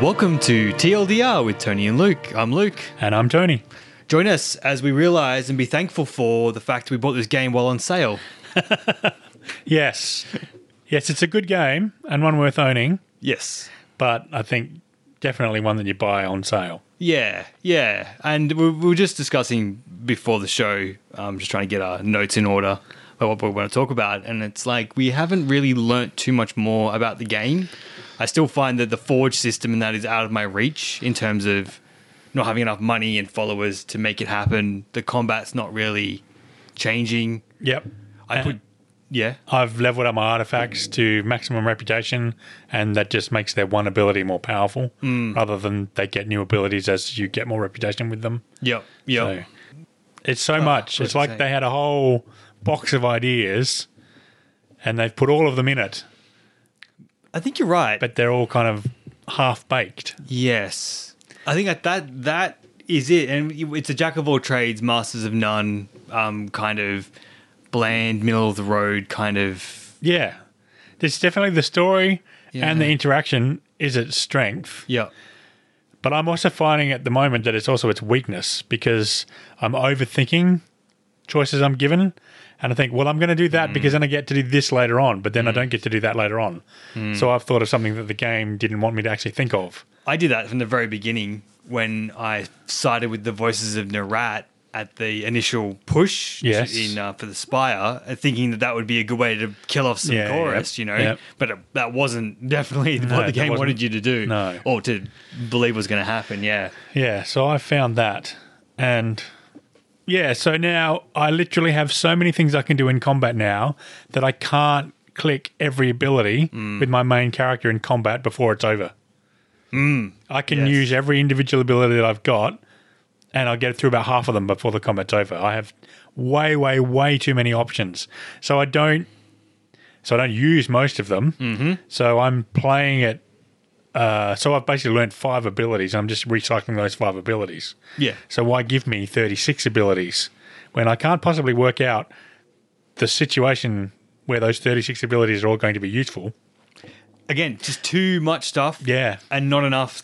Welcome to TLDR with Tony and Luke. I'm Luke. And I'm Tony. Join us as we realize and be thankful for the fact we bought this game while on sale. Yes. Yes, it's a good game and one worth owning, Yes. but I think definitely one that you buy on sale. Yeah, yeah. And we, we were just discussing before the show, um, just trying to get our notes in order about what we want to talk about. And it's like we haven't really learnt too much more about the game. I still find that the Forge system and that is out of my reach in terms of not having enough money and followers to make it happen. The combat's not really changing. Yep. I And put, yeah. I've leveled up my artifacts to maximum reputation, and that just makes their one ability more powerful rather than they get new abilities as you get more reputation with them. Yep. Yep. So it's so much. what It's to like say. they had a whole box of ideas and they've put all of them in it, I think you're right. but they're all kind of half baked. Yes, I think that that, that is it, and it's a jack of all trades, masters of none, um, kind of bland, middle of the road kind of. Yeah. There's definitely the story and the Yeah. interaction is its strength. Yeah, But I'm also finding at the moment that it's also its weakness because I'm overthinking choices I'm given. And I think, well, I'm going to do that because then I get to do this later on, but then I don't get to do that later on. So I've thought of something that the game didn't want me to actually think of. I did that from the very beginning when I sided with the voices of Narat at the initial push Yes. in uh, for the spire, uh, thinking that that would be a good way to kill off some Yeah, yeah, chorus, you know. yeah. But it, that wasn't definitely No, what the that game wasn't- wanted you to do, No. or to believe was going to happen. Yeah. Yeah, so I found that. And yeah, so now I literally have so many things I can do in combat now that I can't click every ability with my main character in combat before it's over. Mm, I can yes. use every individual ability that I've got and I'll get through about half of them before the combat's over. I have way, way, way too many options. So I don't. So I don't use most of them. Mm-hmm. So I'm playing it uh, so I've basically learned five abilities. I'm just recycling those five abilities. Yeah. So why give me 36 abilities when I can't possibly work out the situation where those 36 abilities are all going to be useful? again, just too much stuff. Yeah. And not enough,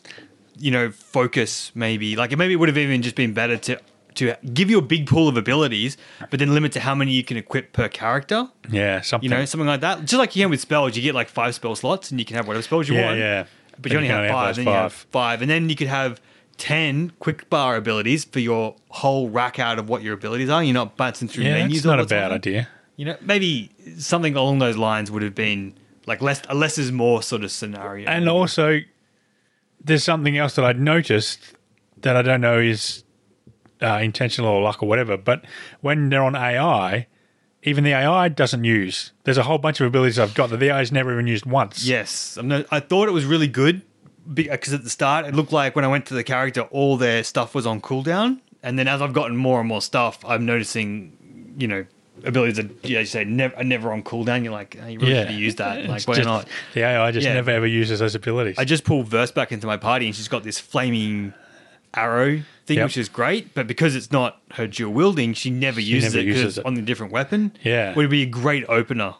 you know, focus maybe. Like maybe it would have even just been better to to give you a big pool of abilities, but then limit to how many you can equip per character. Yeah, something. You know, something like that. Just like you can with spells, you get like five spell slots and you can have whatever spells you Yeah, want. yeah. But you And only you have can only have five, those then you have five. five. And then you could have ten quick bar abilities for your whole rack out of what your abilities are. You're not bouncing through yeah, menus it's not all a the bad time. idea. You know, maybe something along those lines would have been like less a less is more sort of scenario. And also, there's something else that I'd noticed that I don't know is uh, intentional or luck or whatever. But when they're on AI, even the AI doesn't use. There's a whole bunch of abilities I've got that the AI's never even used once. yes, I'm no, I thought it was really good because at the start it looked like when I went to the character, all their stuff was on cooldown, and then as I've gotten more and more stuff, I'm noticing, you know, abilities that yeah, you say never are never on cooldown. You're like, oh, you really should use that. It's Like, why just- not? The AI just Yeah. never ever uses those abilities. I just pulled Verse back into my party, and she's got this flaming arrow thing, Yep. which is great. But because it's not her dual wielding, she never uses never it 'cause it's uses it. on a different weapon. Yeah. would be a great opener.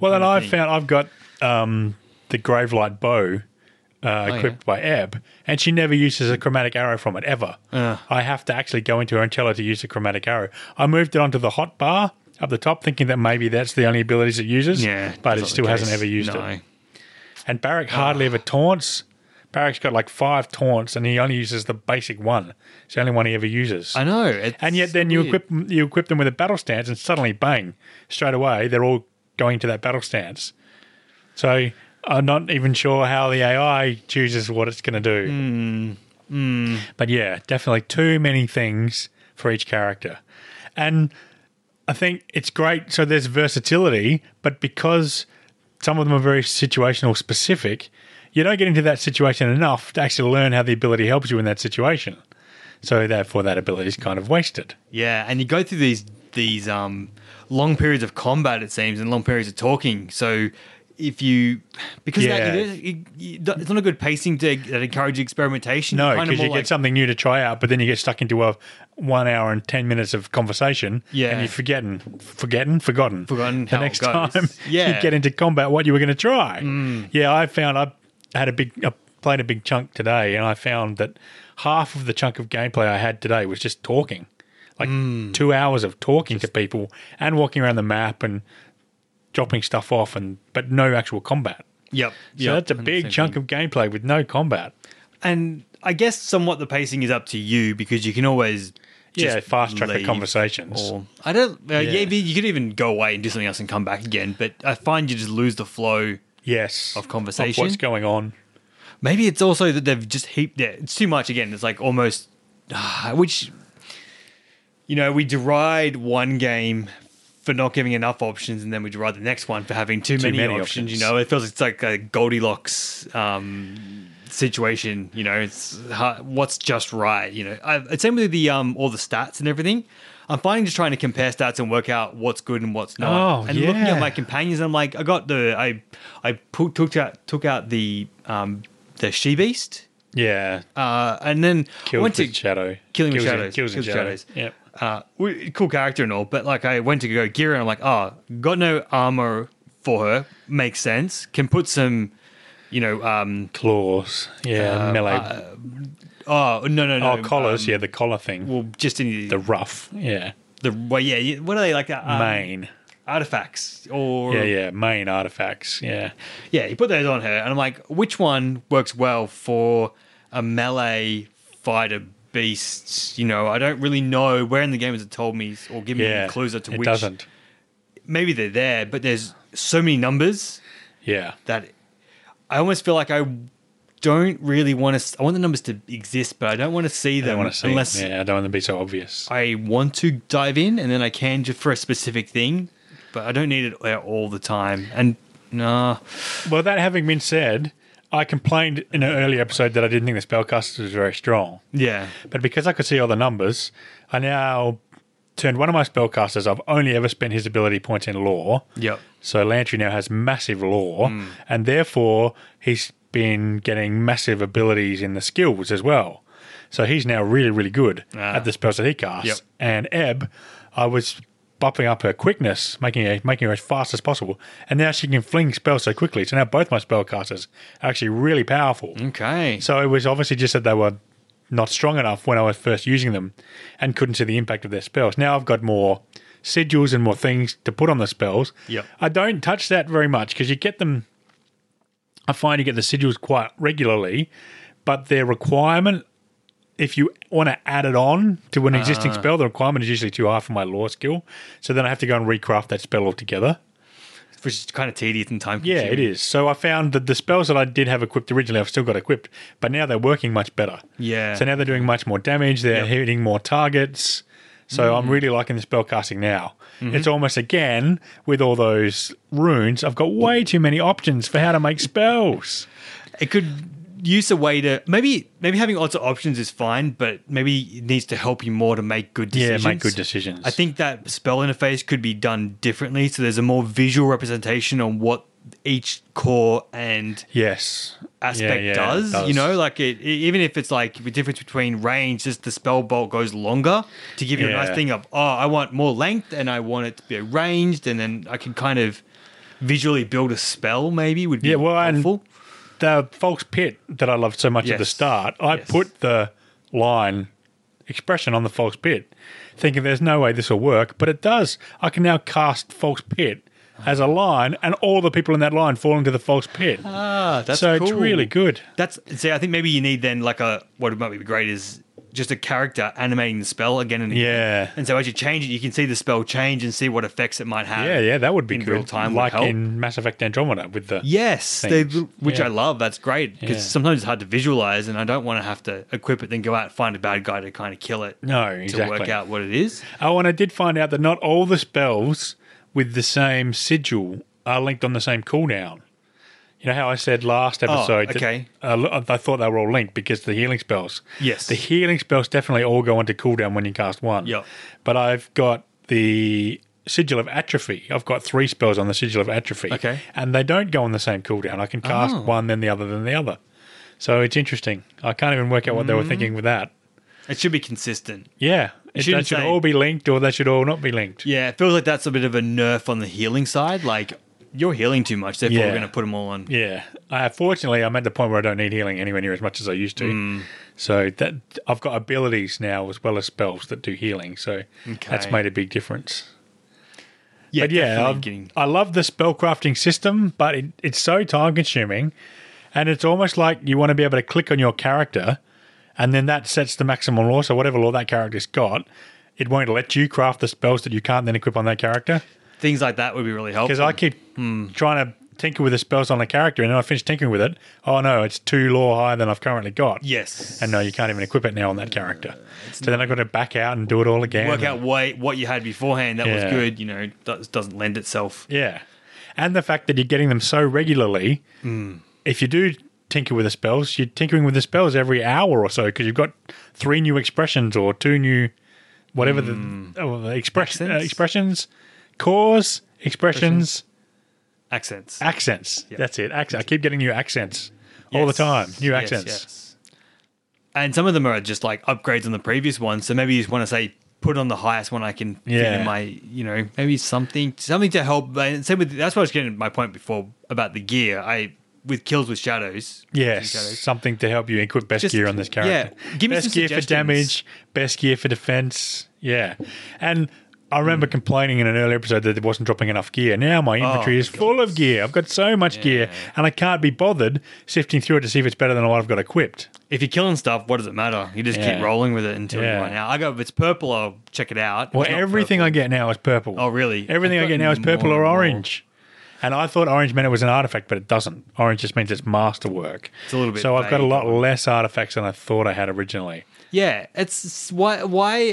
well, and kinda I've thing. Oh, found I've got um, the Gravelight bow uh, equipped by Ebb, and she never uses a chromatic arrow from it ever. Ah. I have to actually go into her and tell her to use a chromatic arrow. I moved it onto the hot bar up the top, thinking that maybe that's the only abilities it uses. Yeah, that's but not it the still hasn't case. ever used No. it. And Barrack hardly ever taunts. Barrack's got like five taunts, and he only uses the basic one. It's the only one he ever uses. I know. it's And yet, then you weird. equip you equip them with a battle stance, and suddenly, bang! Straight away, they're all going to that battle stance. So I'm not even sure how the AI chooses what it's going to do. But yeah, definitely too many things for each character, and I think it's great. So there's versatility, but because some of them are very situational specific, you don't get into that situation enough to actually learn how the ability helps you in that situation. So therefore, that ability is kind of wasted. Yeah, and you go through these these um, long periods of combat, it seems, and long periods of talking. So if you because of that, Yeah. you, you, you, it's not a good pacing to that encourages experimentation. No, You're kinda because you more get like- something new to try out, but then you get stuck into a one hour and ten minutes of conversation, Yeah. and you're forgetting, forgetting, forgotten, Forgotten The how it next goes. time Yeah. Mm. you get into combat, what you were going to try. Yeah, I found I had a big a played a big chunk today, and I found that half of the chunk of gameplay I had today was just talking, like Mm. two hours of talking to people and walking around the map and dropping stuff off, and but no actual combat. Yep. So yep. that's a And big same chunk of gameplay with no combat. and I guess somewhat the pacing is up to you because you can always just yeah, fast track the leave conversations. Or I don't. Uh, yeah. Yeah. you could even go away and do something else and come back again. But I find you just lose the flow. yes, of conversation. what's going on? Maybe it's also that they've just heaped it. It's too much again. It's like almost, ah, which, you know, we deride one game for not giving enough options, and then we deride the next one for having too, many, many options, You options. know, it feels it's like a Goldilocks um, situation. You know, it's hard, what's just right. You know, I, it's same with the um, all the stats and everything. I'm finding just trying to compare stats and work out what's good and what's not. Oh, and looking at yeah. my companions. I'm like, I got the I I pu- took out took out the um the she beast, Yeah, uh, and then I Kills went to with shadow. Killing with Kills in- Shadows. Kills in Kills with shadows. Shadows. Yep. uh, w- cool character and all, but like I went to go gear and I'm like, oh, got no armor for her. Makes sense. Can put some, you know, um, Claws. Yeah, uh, melee. uh, oh no no no oh, collars. um, yeah, the collar thing. Well, just any the the rough. Yeah. the well, yeah, yeah. What are they like? Uh, um, main. artifacts or Yeah, yeah. Main artifacts. Yeah. Yeah, you put those on her, and I'm like, which one works well for a melee fighter beast? You know, I don't really know where in the game has it told me or give me Yeah. any clues as to it which. doesn't. Maybe they're there, but there's so many numbers Yeah. that I almost feel like I don't really want to. I want the numbers to exist, but I don't want to see I them don't want to see. unless yeah, I don't want them to be so obvious. I want to dive in, and then I can just for a specific thing. But I don't need it there all the time, and nah. Well, that having been said, I complained in an early episode that I didn't think the spellcaster was very strong. Yeah, But because I could see all the numbers, I now turned one of my spellcasters. I've only ever spent his ability points in lore. yep. So Lantry now has massive lore, Hmm. and therefore he's been getting massive abilities in the skills as well. So he's now really, really good Ah. at the spells that he casts. Yep. And Ebb, I was buffing up her quickness, making her making her as fast as possible, and now she can fling spells so quickly. So now both my spellcasters are actually really powerful. Okay. So it was obviously just that they were not strong enough when I was first using them and couldn't see the impact of their spells. Now I've got more sigils and more things to put on the spells. Yep. I don't touch that very much because you get them I find you get the sigils quite regularly, but their requirement if you want to add it on to an existing spell, the requirement is usually too high for my lore skill. So then I have to go and recraft that spell altogether. which is kind of tedious and time Yeah, consuming. it is. So I found that the spells that I did have equipped originally, I've still got equipped, but now they're working much better. Yeah. So now they're doing much more damage. They're hitting more targets. So Mm. I'm really liking the spell casting now. Mm-hmm. It's almost again with all those runes. I've got way too many options for how to make spells. It could use a way to maybe maybe having lots of options is fine, but maybe it needs to help you more to make good Yeah, decisions. make good decisions. I think that spell interface could be done differently, so there's a more visual representation on what each core and Yes. aspect Yeah, yeah, it does, You know, like it, e- even if it's like the difference between range, just the spell bolt goes longer to give you a nice Yeah. thing of oh, I want more length and I want it to be ranged, and then I can kind of visually build a spell. Maybe would be Yeah, well, and- helpful. the false pit that I loved so much at the Yes. start, I Yes. put the line expression on the false pit, thinking there's no way this will work, but it does. I can now cast false pit as a line, and all the people in that line fall into the false pit. Ah, that's so it's cool. really good. That's see, I think maybe you need then like a what might be great is just a character animating the spell again and again. Yeah. And so as you change it, you can see the spell change and see what effects it might have. Yeah, yeah, that would be in good. real time would like help. in Mass Effect Andromeda with the Yes, they, things. which Yeah. I love. That's great because Yeah. sometimes it's hard to visualize, and I don't want to have to equip it, then go out and find a bad guy to kind of kill it. No, to work exactly. out what it is. Oh, and I did find out that not all the spells with the same sigil are linked on the same cooldown. You know how I said last episode Oh, okay. that uh, lo- I thought they were all linked because the healing spells. Yes. The healing spells definitely all go onto cooldown when you cast one. Yep. But I've got the sigil of atrophy. I've got three spells on the sigil of atrophy. Okay. And they don't go on the same cooldown. I can cast Oh. one, then the other, then the other. So it's interesting. I can't even work out what they Mm. were thinking with that. It should be consistent. Yeah. It, that shouldn't should say- all be linked or that should all not be linked. Yeah, it feels like that's a bit of a nerf on the healing side. Like you're healing too much, therefore Yeah. we're going to put them all on. Yeah. Uh, fortunately, I'm at the point where I don't need healing anywhere near as much as I used to. Hmm. So that I've got abilities now as well as spells that do healing. So that's Okay. made a big difference. Yeah, but yeah, definitely I, I love the spellcrafting system, but it, it's so time consuming. And it's almost like you want to be able to click on your character, and then that sets the maximum law. So, whatever law that character's got, it won't let you craft the spells that you can't then equip on that character. things like that would be really helpful. Because I keep trying to tinker with the spells on a character, and then I finish tinkering with it. Oh no, it's two law higher than I've currently got. yes, And no, you can't even equip it now on that character. So then I've got to back out and do it all again. work out what what you had beforehand that was Yeah. good. You know, that doesn't lend itself. Yeah. And the fact that you're getting them so regularly, Hmm. if you do tinker with the spells, you're tinkering with the spells every hour or so because you've got three new expressions or two new, whatever the, oh, the express, uh, Hmm. Accents? expressions, cores, expressions, Accents accents. Yep. That's it. Accent. I keep getting new accents all the Yes. time. New Yes, accents. yes. And some of them are just like upgrades on the previous one. So maybe you just want to say put on the highest one I can fit Yeah. in my, you know, maybe something something to help. And same with that's what I was getting at my point before about the gear. I with kills with shadows. Yes, Shadows. something to help you equip best Just- gear on this character. yeah, give me best some gear for suggestions. damage, best gear for defense. Yeah, and I remember Hmm. complaining in an earlier episode that it wasn't dropping enough gear. Now my Oh, inventory my is full of gear. I've got so much gear, and I can't be bothered sifting through it to see if it's better than what I've got equipped. If you're killing stuff, what does it matter? You just Yeah. keep rolling with it until Yeah. you run out. I go if it's purple, I'll check it out. If Well, it's not everything purple- I get now is purple. Oh, really? Everything I've I get now is gotten purple more or and more. orange. And I thought orange meant it was an artifact, but it doesn't. Orange just means it's masterwork. It's a little bit So I've got a vague, lot less artifacts than I thought I had originally. Yeah, it's it's why why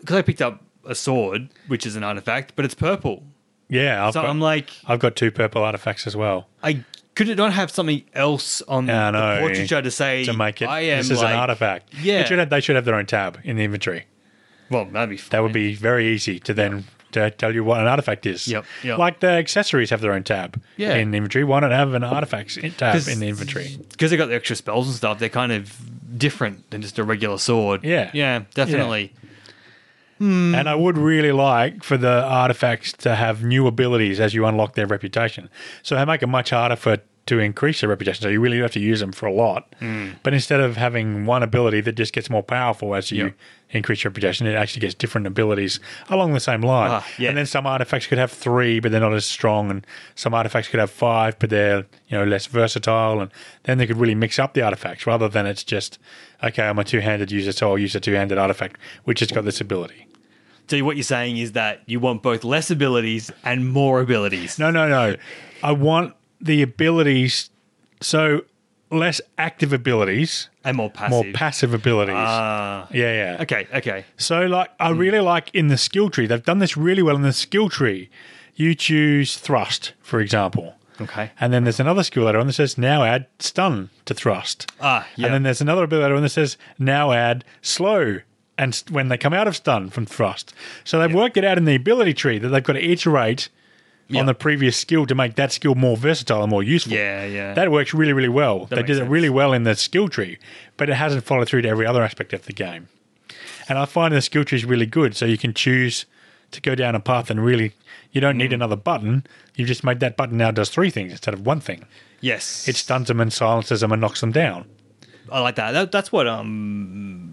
because I picked up a sword, which is an artifact, but it's purple. Yeah, I've So got, I'm like, I've got two purple artifacts as well. I could it not have something else on Yeah, I the know. portraiture to say To make it, I am this is like, an artifact. Yeah. they should, have, they should have their own tab in the inventory. Well, that'd be fine. That would be very easy to then to tell you what an artifact is. Yep, yep. Like the accessories have their own tab Yeah. in the inventory. Why not have an artifacts in- tab 'Cause- in the inventory? because they got the extra spells and stuff. They're kind of different than just a regular sword. Yeah. yeah, definitely. Um, And I would really like for the artifacts to have new abilities as you unlock their reputation. So they make it much harder for to increase their reputation. So you really have to use them for a lot. Hmm. But instead of having one ability that just gets more powerful as you Yeah. increase your reputation, it actually gets different abilities along the same line. Ah, yeah. And then some artifacts could have three, but they're not as strong. And some artifacts could have five, but they're you know less versatile. And then they could really mix up the artifacts rather than it's just okay. I'm a two-handed user, so I'll use a two-handed artifact which has got this ability. So what you're saying is that you want both less abilities and more abilities. No, no, no. I want the abilities. So less active abilities, and more passive. more passive abilities. Ah. yeah, yeah. okay, Hmm. okay. So like, I really like in the skill tree. They've done this really well in the skill tree. You choose thrust, for example. Okay. And then there's another skill later on that says now add stun to thrust. Ah, yeah. And then there's another ability later on that says now add slow and s- when they come out of stun from thrust. So they've worked it out in the ability tree that they've got to iterate on the previous skill to make that skill more versatile and more useful. Yeah, yeah. That works really, really well. they makes did it sense. really well in the skill tree, but it hasn't followed through to every other aspect of the game. And I find the skill tree is really good, so you can choose to go down a path and really you don't Mm. need another button. You've just made that button now does three things instead of one thing. yes, It stuns them and silences them and knocks them down. I like that. that. That's what um,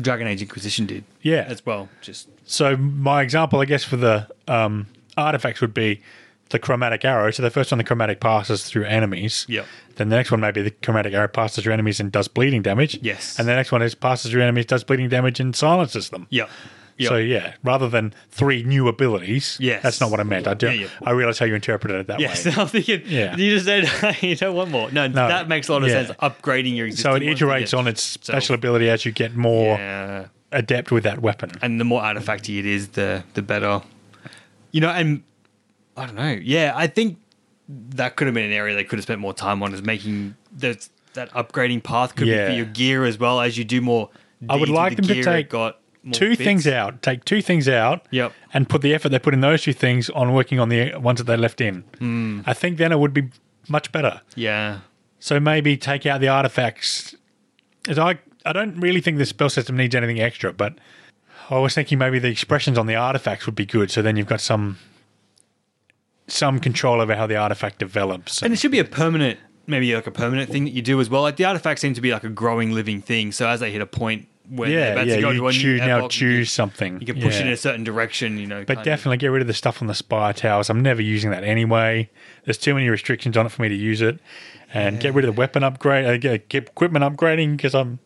Dragon Age Inquisition did. Yeah. as well. Just So my example, I guess, for the um, artifacts would be the chromatic arrow. So the first one, the chromatic passes through enemies. Yep. Then the next one may be the chromatic arrow passes through enemies and does bleeding damage. Yes. And the next one is passes through enemies, does bleeding damage, and silences them. yeah, yeah. So yeah, rather than three new abilities. Yes. That's not what I meant. I do. Yeah, yeah. I realize how you interpreted it that Yes, way. I'm thinking. Yeah. You just said you don't want more. No, No. that makes a lot of Yeah. sense. Upgrading your existing. So it ones to iterates get- on its so- special ability as you get more Yeah, adept with that weapon. and the more artifacty it is, the the better. You know, and I don't know. Yeah, I think that could have been an area they could have spent more time on is making that that upgrading path could Yeah. be for your gear as well as you do more. I would deeds with the like them to gear, it take got more two bits. things out. Take two things out. Yep. And put the effort they put in those two things on working on the ones that they left in. Hmm. Mm. I think then it would be much better. Yeah. So maybe take out the artifacts. As I I don't really think the spell system needs anything extra, but I was thinking maybe the expressions on the artifacts would be good. So then you've got some some control over how the artifact develops. And it should be a permanent, maybe like a permanent thing that you do as well. Like the artifacts seem to be like a growing living thing. So as they hit a point where they're yeah, about yeah, to go to you a new choose, epoch, now you can- choose something. You can push it Yeah. in a certain direction, you know. But can't you? definitely get rid of the stuff on the spire towers. I'm never using that anyway. There's too many restrictions on it for me to use it. And get rid of the weapon upgrade, uh, get get equipment upgrading because I'm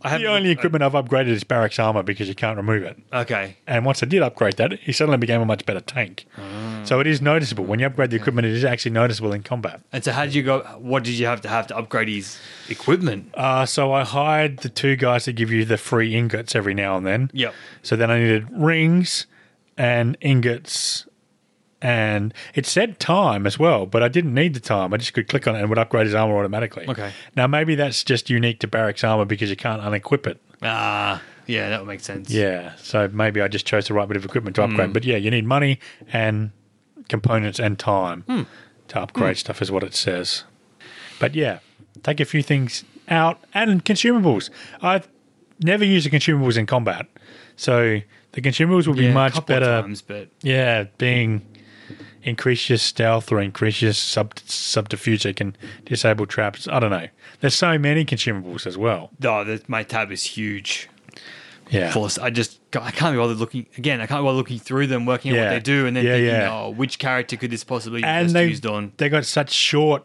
I the only equipment I've upgraded is barracks armor because you can't remove it. Okay. And once I did upgrade that, he suddenly became a much better tank. So it is noticeable when you upgrade the equipment. It is actually noticeable in combat. And so, how did you go? What did you have to have to upgrade his equipment? Uh, so I hired the two guys that give you the free ingots every now and then. Yep. So then I needed rings and ingots. And it said time as well, but I didn't need the time. I just could click on it and it would upgrade his armor automatically. Okay. Now, maybe that's just unique to barracks armor because you can't unequip it. Ah, yeah, that would make sense. Yeah. So maybe I just chose the right bit of equipment Hmm. to upgrade. But yeah, you need money and components and time Hmm. to upgrade stuff, is what it says. But yeah, take a few things out and consumables. I've never used the consumables in combat. So the consumables will be Yeah, a much couple of better. times, but Yeah, being increase your stealth or increase your sub- subterfuge. It can disable traps. I don't know. There's so many consumables as well. oh, that, my tab is huge. Yeah. Force. I just I can't be bothered looking again. I can't be bothered looking through them, working out Yeah. what they do, and then Yeah, thinking, yeah. oh, which character could this possibly be and best they used on? they got such short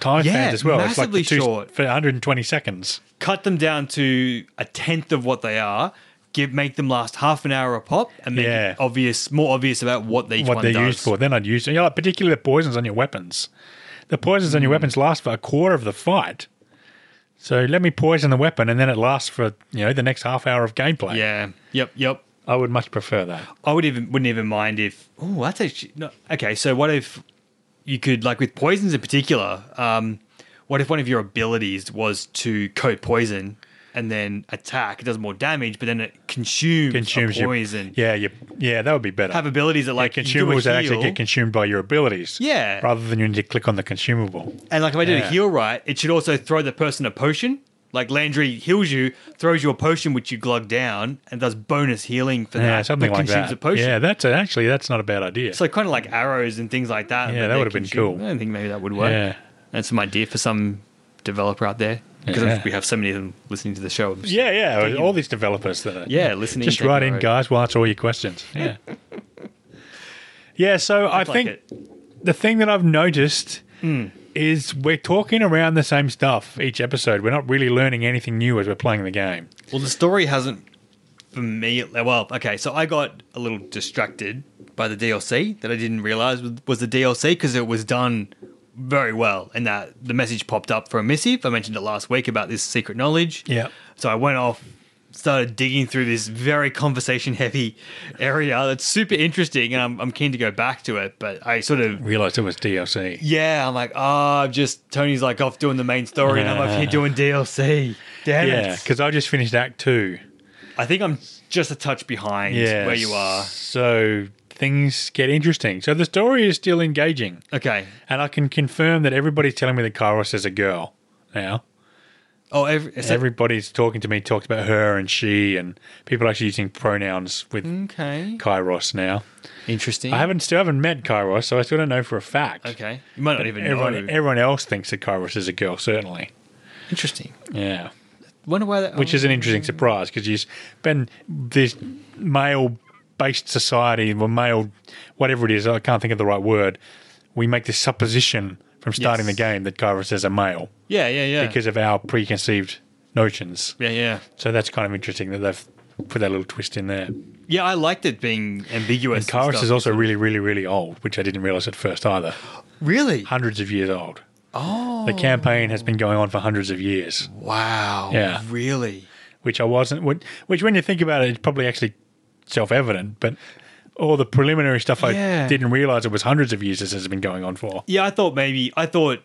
time Yeah, spans as well. It's like the massively two- short. for 120 seconds. Cut them down to a tenth of what they are. Give make them last half an hour a pop, and make Yeah. it obvious, more obvious about what they each what one they're does. used for. Then I'd use, you know, like particularly the poisons on your weapons. The poisons on your Hmm. weapons last for a quarter of the fight. So let me poison the weapon, and then it lasts for you know the next half hour of gameplay. Yeah. Yep. Yep. I would much prefer that. I would even wouldn't even mind if. Oh, that's actually no, okay. So what if you could like with poisons in particular? Um, what if one of your abilities was to coat poison and then attack? It does more damage, but then it consumes, Consumes a poison. Your, yeah, your, yeah, that would be better. Have abilities that like consumables that you do a actually heal, get consumed by your abilities. Yeah. rather than you need to click on the consumable. and like if I did Yeah. a heal right, it should also throw the person a potion. Like Landry heals you, throws you a potion which you glug down, and does bonus healing for Yeah, that. something but like consumes that. A potion. Yeah, that's actually that's not a bad idea. So kind of like arrows and things like that. Yeah, but that they would've been consume- cool. I don't think maybe that would work. Yeah. That's some idea for some developer out there because Yeah. we have so many of them listening to the show. I'm just- Yeah, yeah. all these developers that are yeah, listening. just taking write a in, road. guys. We'll answer all your questions. Yeah. yeah. So I Like think it. Hmm. the thing that I've noticed is we're talking around the same stuff each episode. We're not really learning anything new as we're playing the game. Well, the story hasn't for me. Well, okay, so I got a little distracted by the DLC that I didn't realize was- was the DLC because it was done very well, and that the message popped up for a missive. I mentioned it last week about this secret knowledge. Yeah. So I went off, started digging through this very conversation-heavy area. That's super interesting, and I'm, I'm keen to go back to it. But I sort of Realized it was DLC. yeah, I'm like, oh, I've just Tony's like off doing the main story, and I'm up here doing DLC. Damn Yeah, it! because I just finished Act Two. I think I'm just a touch behind where you are. So things get interesting. So the story is still engaging. Okay. And I can confirm that everybody's telling me that Kairos is a girl now. Oh, every, so, Everybody's talking to me, talks about her and she, and people are actually using pronouns with Mm. okay. Kairos now. Interesting. I haven't still haven't met Kairos, so I still don't know for a fact. Okay. You might not even Everyone, know. everyone else thinks that Kairos is a girl, certainly. Interesting. Yeah, Wonder why that. which is an interesting Mm. surprise because you've been this male-based society, or male, whatever it is. I can't think of the right word. We make this supposition from starting Yes. the game that Kairos is a male yeah, yeah, yeah. because of our preconceived notions. yeah, yeah, So that's kind of interesting that they've put that little twist in there. yeah. I liked it being ambiguous. and Kairos stuff. is also really, really, really old, which I didn't realize at first either. really. Hundreds of years old. Oh, The campaign has been going on for hundreds of years, wow. Yeah. Really. which I wasn't. wh- Which, when you think about it, it's probably actually self-evident. But all the preliminary stuff, I Yeah. didn't realize it was hundreds of years this has been going on for. Yeah, I thought maybe I thought.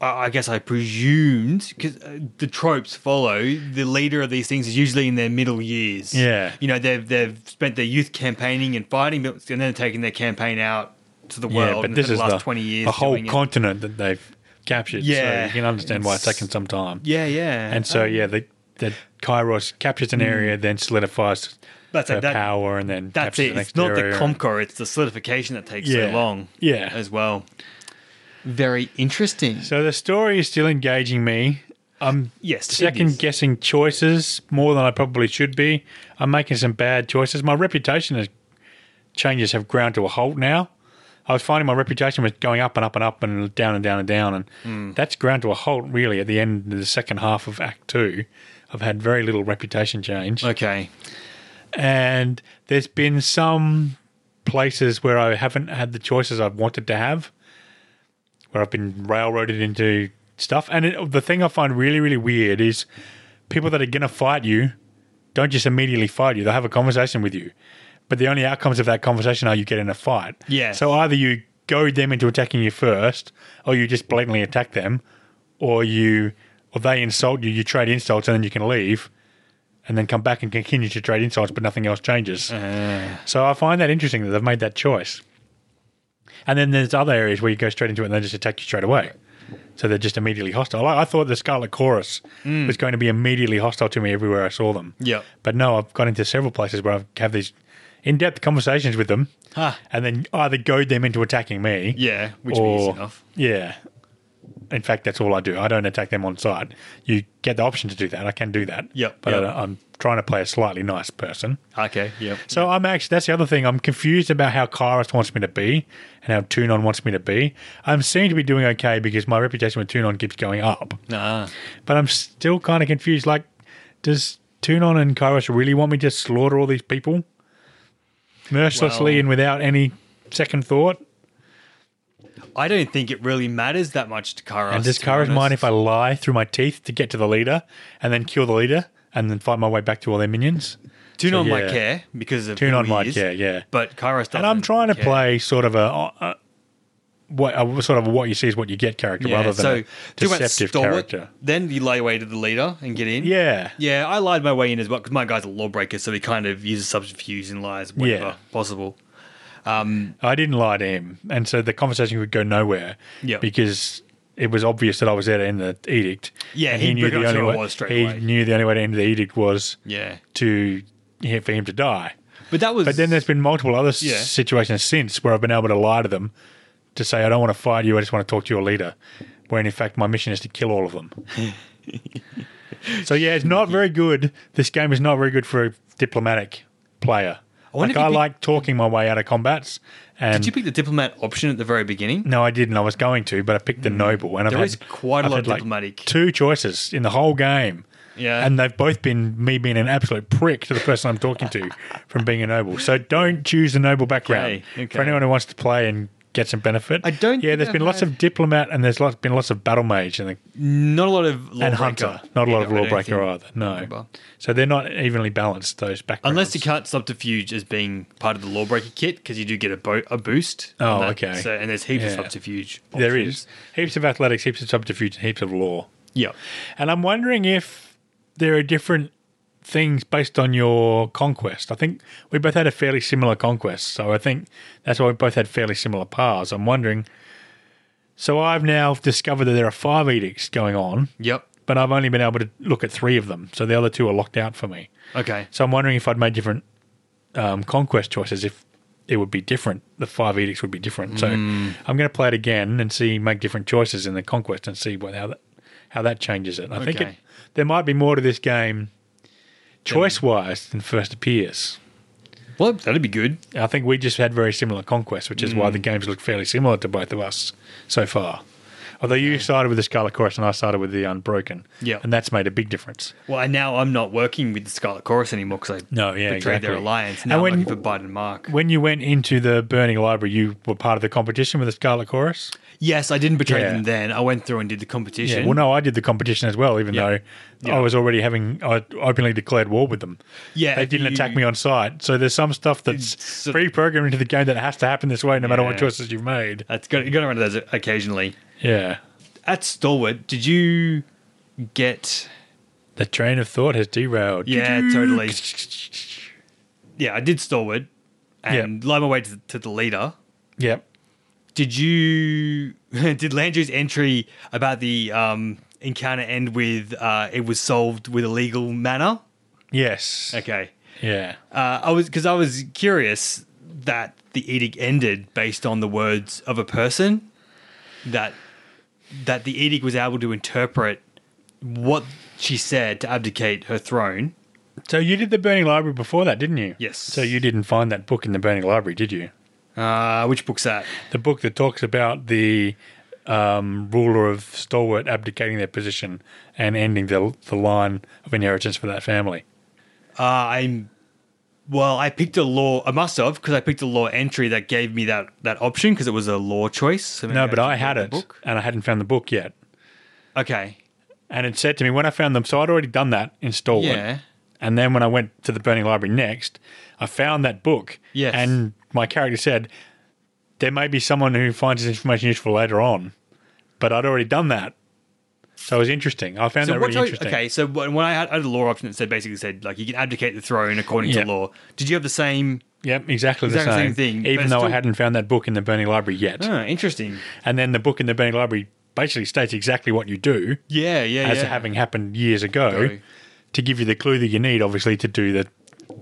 I I guess I presumed because the tropes follow. The leader of these things is usually in their middle years. Yeah. you know they've they've spent their youth campaigning and fighting, but and then taking their campaign out to the world. yeah, but and this for the is last the, twenty years. the whole doing it. continent that they've captured. so Yeah. you can understand why it's It's- taken some time. Yeah, yeah, And so, Oh. Hmm. yeah, the, the Kairos captures an area, then solidifies That's her it, that- power and then That's captures it. The It's next not the area. Comco, it's the solidification that takes Yeah. so long. Yeah. As well. Very interesting. So the story is still engaging me. I'm Yes, it is. second guessing choices more than I probably should be. I'm making some bad choices. My reputation has changes have ground to a halt now. I was finding my reputation was going up and up and up and down and down and down, and Hmm. that's ground to a halt really at the end of the second half of Act Two. I've had very little reputation change okay. and there's been some places where I haven't had the choices I've wanted to have, where I've been railroaded into stuff. And it, the thing I find really, really weird is people that are going to fight you don't just immediately fight you, they'll have a conversation with you. But the only outcomes of that conversation are you get in a fight. Yes. So either you goad them into attacking you first, or you just blatantly attack them, or you or they insult you, you trade insults, and then you can leave and then come back and continue to trade insights, but nothing else changes. Uh, So I find that interesting that they've made that choice. And then there's other areas where you go straight into it and they just attack you straight away. So they're just immediately hostile. I, I thought the Scarlet Chorus Mm. was going to be immediately hostile to me everywhere I saw them. Yep. But no, I've gone into several places where I've have these in depth conversations with them Huh. and then either goad them into attacking me. Yeah, which would be or, easy enough. Yeah. In fact, that's all I do. I don't attack them on site. You get the option to do that. I can do that. Yep, But yep. I don't- I'm trying to play a slightly nice person. Okay, yeah. So I'm actually that's the other thing. I'm confused about how Kairos wants me to be and how Tunon wants me to be. I'm seem to be doing okay because my reputation with Tunon keeps going up, Ah. but I'm still kind of confused. Like, does Tunon and Kairos really want me to slaughter all these people mercilessly Well- and without any second thought? I don't think it really matters that much to Kairos. And does to be Kairos mind honest. if I lie through my teeth to get to the leader and then kill the leader and then fight my way back to all their minions? Tunon So, might yeah. care because of Tunon who he might is, care, yeah. But Kairos doesn't. and I'm trying to care. play sort of a, a what a, sort of a what you see is what you get character Yeah, rather than so a do you want deceptive stalwart, character. Then you lie your way to the leader and get in. Yeah, Yeah, I lied my way in as well because my guy's a lawbreaker, so he kind of uses subterfuge and lies whenever Yeah. possible. I didn't lie to him, and so the conversation would go nowhere. Yeah. because it was obvious that I was there to end the edict. Yeah, and he recognised who it only way was straight he away. knew the only way to end the edict was Yeah, to yeah, for him to die. but that was. But then there's been multiple other s Yeah. situations since where I've been able to lie to them to say I don't want to fight you, I just want to talk to your leader. When in fact my mission is to kill all of them. so yeah, it's not very good. This game is not very good for a diplomatic player. wonder if like you I pick- like talking my way out of combats. And Did you pick the diplomat option at the very beginning? no, I didn't. I was going to, but I picked the noble, and I've Hmm. There had, is quite a I've lot had, of like, diplomatic. two choices in the whole game. Yeah. And they've both been me being an absolute prick to the person I'm talking to from being a noble. So don't choose the noble background Okay, okay. for anyone who wants to play and get some benefit. I don't Yeah, think there's I've been lots had- of diplomat and there's lots, been lots of battle mage and, the, not a lot of lawbreaker. and hunter. Not a lot Yeah, I of don't lawbreaker think- either. No. remember. So they're not evenly balanced those backgrounds. Unless you count subterfuge as being part of the lawbreaker kit, because you do get a, bo- a boost. on Oh, that. okay. So, and there's heaps of Yeah. subterfuge. there options. is heaps of athletics, heaps of subterfuge, and heaps of law. Yeah. And I'm wondering if there are different things based on your conquest. I think we both had a fairly similar conquest, so I think that's why we both had fairly similar paths. I'm wondering. So I've now discovered that there are five edicts going on, Yep. but I've only been able to look at three of them. So the other two are locked out for me. Okay. So I'm wondering if I'd made different um, conquest choices, if it would be different. The five edicts would be different. So Mm. I'm going to play it again and see, make different choices in the conquest and see what, how that how that changes it. I think it, Okay. there might be more to this game, choice wise, than first appears. Well, that'd be good. I think we just had very similar conquests, which is why Mm. the games look fairly similar to both of us so far. Although you started with the Scarlet Chorus and I started with the Unbroken, Yeah. and that's made a big difference. Well, and now I'm not working with the Scarlet Chorus anymore because I No, yeah, betrayed exactly. their alliance. And Now when- I'm looking for Biden Mark. When you went into the Burning Library, you were part of the competition with the Scarlet Chorus. yes, I didn't betray Yeah. them then. I went through and did the competition. Well, no, I did the competition as well, even Yeah. though Yeah. I was already having I openly declared war with them. Yeah, they if didn't you- attack me on site. So there's some stuff that's It's- pre-programmed into the game that has to happen this way, no matter what Yeah. choices you've made. That's got, you're going to run into those occasionally. Yeah, At Stalwart, did you get. the train of thought has derailed. Yeah, totally. Yeah, I did Stalwart and lied my way to, to the leader. Yep. Did you. did Landry's entry about the um, encounter end with uh, it was solved with a legal manner? Yes. Okay. Yeah. Uh, I was because I was curious that the edict ended based on the words of a person that that the edict was able to interpret what she said to abdicate her throne. So you did the Burning Library before that, didn't you? Yes. So you didn't find that book in the Burning Library, did you? Uh, which book's that? The book that talks about the um, ruler of Stalwart abdicating their position and ending the, the line of inheritance for that family. Uh, I'm well. I picked a law. I must have because I picked a law entry that gave me that that option because it was a law choice. So maybe No, but should I get had the it, and I hadn't found the book yet. Okay. And it said to me when I found them, so I'd already done that in Stalwart. Yeah. And then when I went to the Burning Library next, I found that book. Yes. And my character said, There may be someone who finds this information useful later on, but I'd already done that. So it was interesting. I found So that what really cho- interesting. okay, so when when I had, I had a law option that said basically said like you can abdicate the throne according Yeah. to law. Did you have the same? Yep, exactly, Exact the same same, thing, but Even it's though I still- hadn't found that book in the Burning Library yet. Oh, interesting. And then the book in the Burning Library basically states exactly what you do Yeah, yeah, as yeah. having happened years ago Go. to give you the clue that you need, obviously, to do the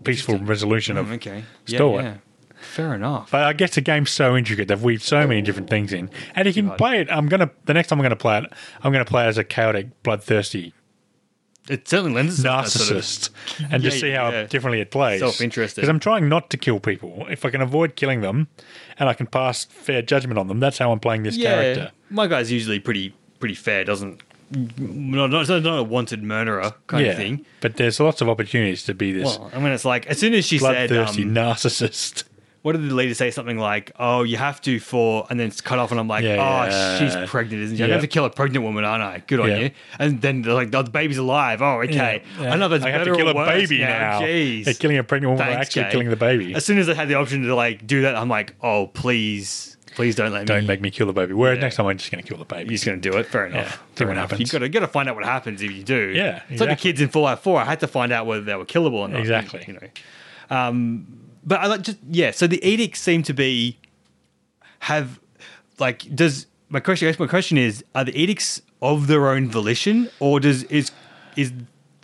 peaceful resolution of Mm, okay. Yeah, Stalwart. yeah. Fair enough. But I guess the game's so intricate. They've weaved so many different things in, and you can play it. I'm gonna the next time I'm gonna play it. I'm gonna play as a chaotic, bloodthirsty It certainly lends itself to that sort of- narcissist, and just Yeah, see how yeah. differently it plays. Self-interested. Because I'm trying not to kill people. If I can avoid killing them, and I can pass fair judgment on them, that's how I'm playing this yeah, character. my guy's usually pretty pretty fair. Doesn't not not, not a wanted murderer kind yeah, of thing. but there's lots of opportunities to be this Well, I mean, it's like as soon as she said, bloodthirsty um, narcissist. what did the leader say? Something like, "Oh, you have to for," and then it's cut off, and I'm like, Yeah, "Oh, yeah. she's pregnant, isn't she? I Yeah. never kill a pregnant woman, aren't I? Good on Yeah. you." And then they're like, "Oh, the baby's alive. Oh, okay. Yeah, yeah. I know that's I have better to kill or a worse baby now. now. Jeez, They're killing a pregnant woman. Thanks, Thanks, actually Jay. killing the baby. As soon as I had the option to like do that, I'm like, "Oh, please, please don't let Don't me." make me kill the baby. Whereas Yeah. next time I'm just gonna kill the baby. You're just gonna do it. Fair enough. Yeah, see Fair what enough. happens. You gotta gotta find out what happens if you do. Yeah, It's like the exactly. kids in Fallout Four. I had to find out whether they were killable or not. Exactly. You know. Um, but I like just yeah. So the edicts seem to be have like does my question? I guess my question is: Are the edicts of their own volition, or does is is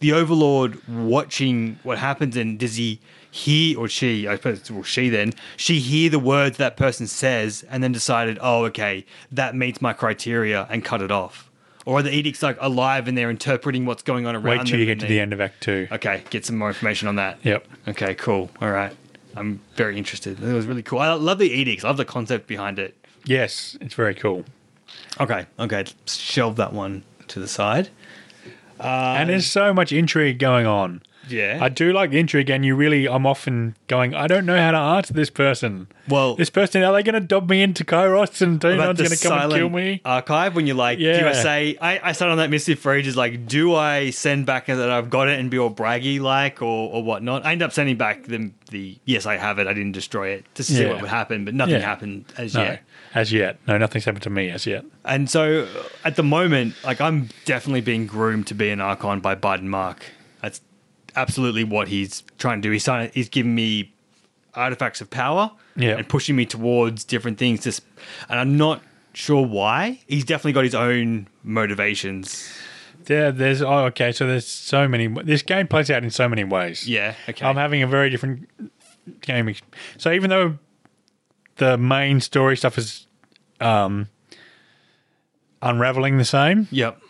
the overlord watching what happens, and does he? He or she, I suppose, well, she then, she hear the words that person says and then decided, oh, okay, that meets my criteria and cut it off. Or are the edicts like alive and they're interpreting what's going on around Wait till them you and get to they- the end of Act Two. Okay, get some more information on that. Yep. Okay, cool. All right. I'm very interested. It was really cool. I love the edicts. I love the concept behind it. Yes, it's very cool. Okay, okay. Shelve that one to the side. and Um, there's so much intrigue going on. Yeah. I do like the intrigue, and you really, I'm often going, I don't know how to answer this person. well, This person, are they going to dob me into Kairos and about Dunon's the going to come and silent kill me? archive when you're like, do I Yeah. say, I, I sat on that missive for ages, like, do I send back that I've got it and be all braggy like or, or whatnot? I end up sending back the, the yes, I have it, I didn't destroy it, just to see Yeah. what would happen, but nothing Yeah. happened as No, yet. as yet. No, nothing's happened to me as yet. And so uh, at the moment, like I'm definitely being groomed to be an Archon by Biden Mark. That's absolutely what he's trying to do. He's, trying to, he's giving me artifacts of power Yeah. and pushing me towards different things. Just, and I'm not sure why. He's definitely got his own motivations. Yeah, there's, oh, okay, so there's so many, this game plays out in so many ways. Yeah. Okay. I'm having a very different game. ex- So even though the main story stuff is um, unraveling the same, yep. the-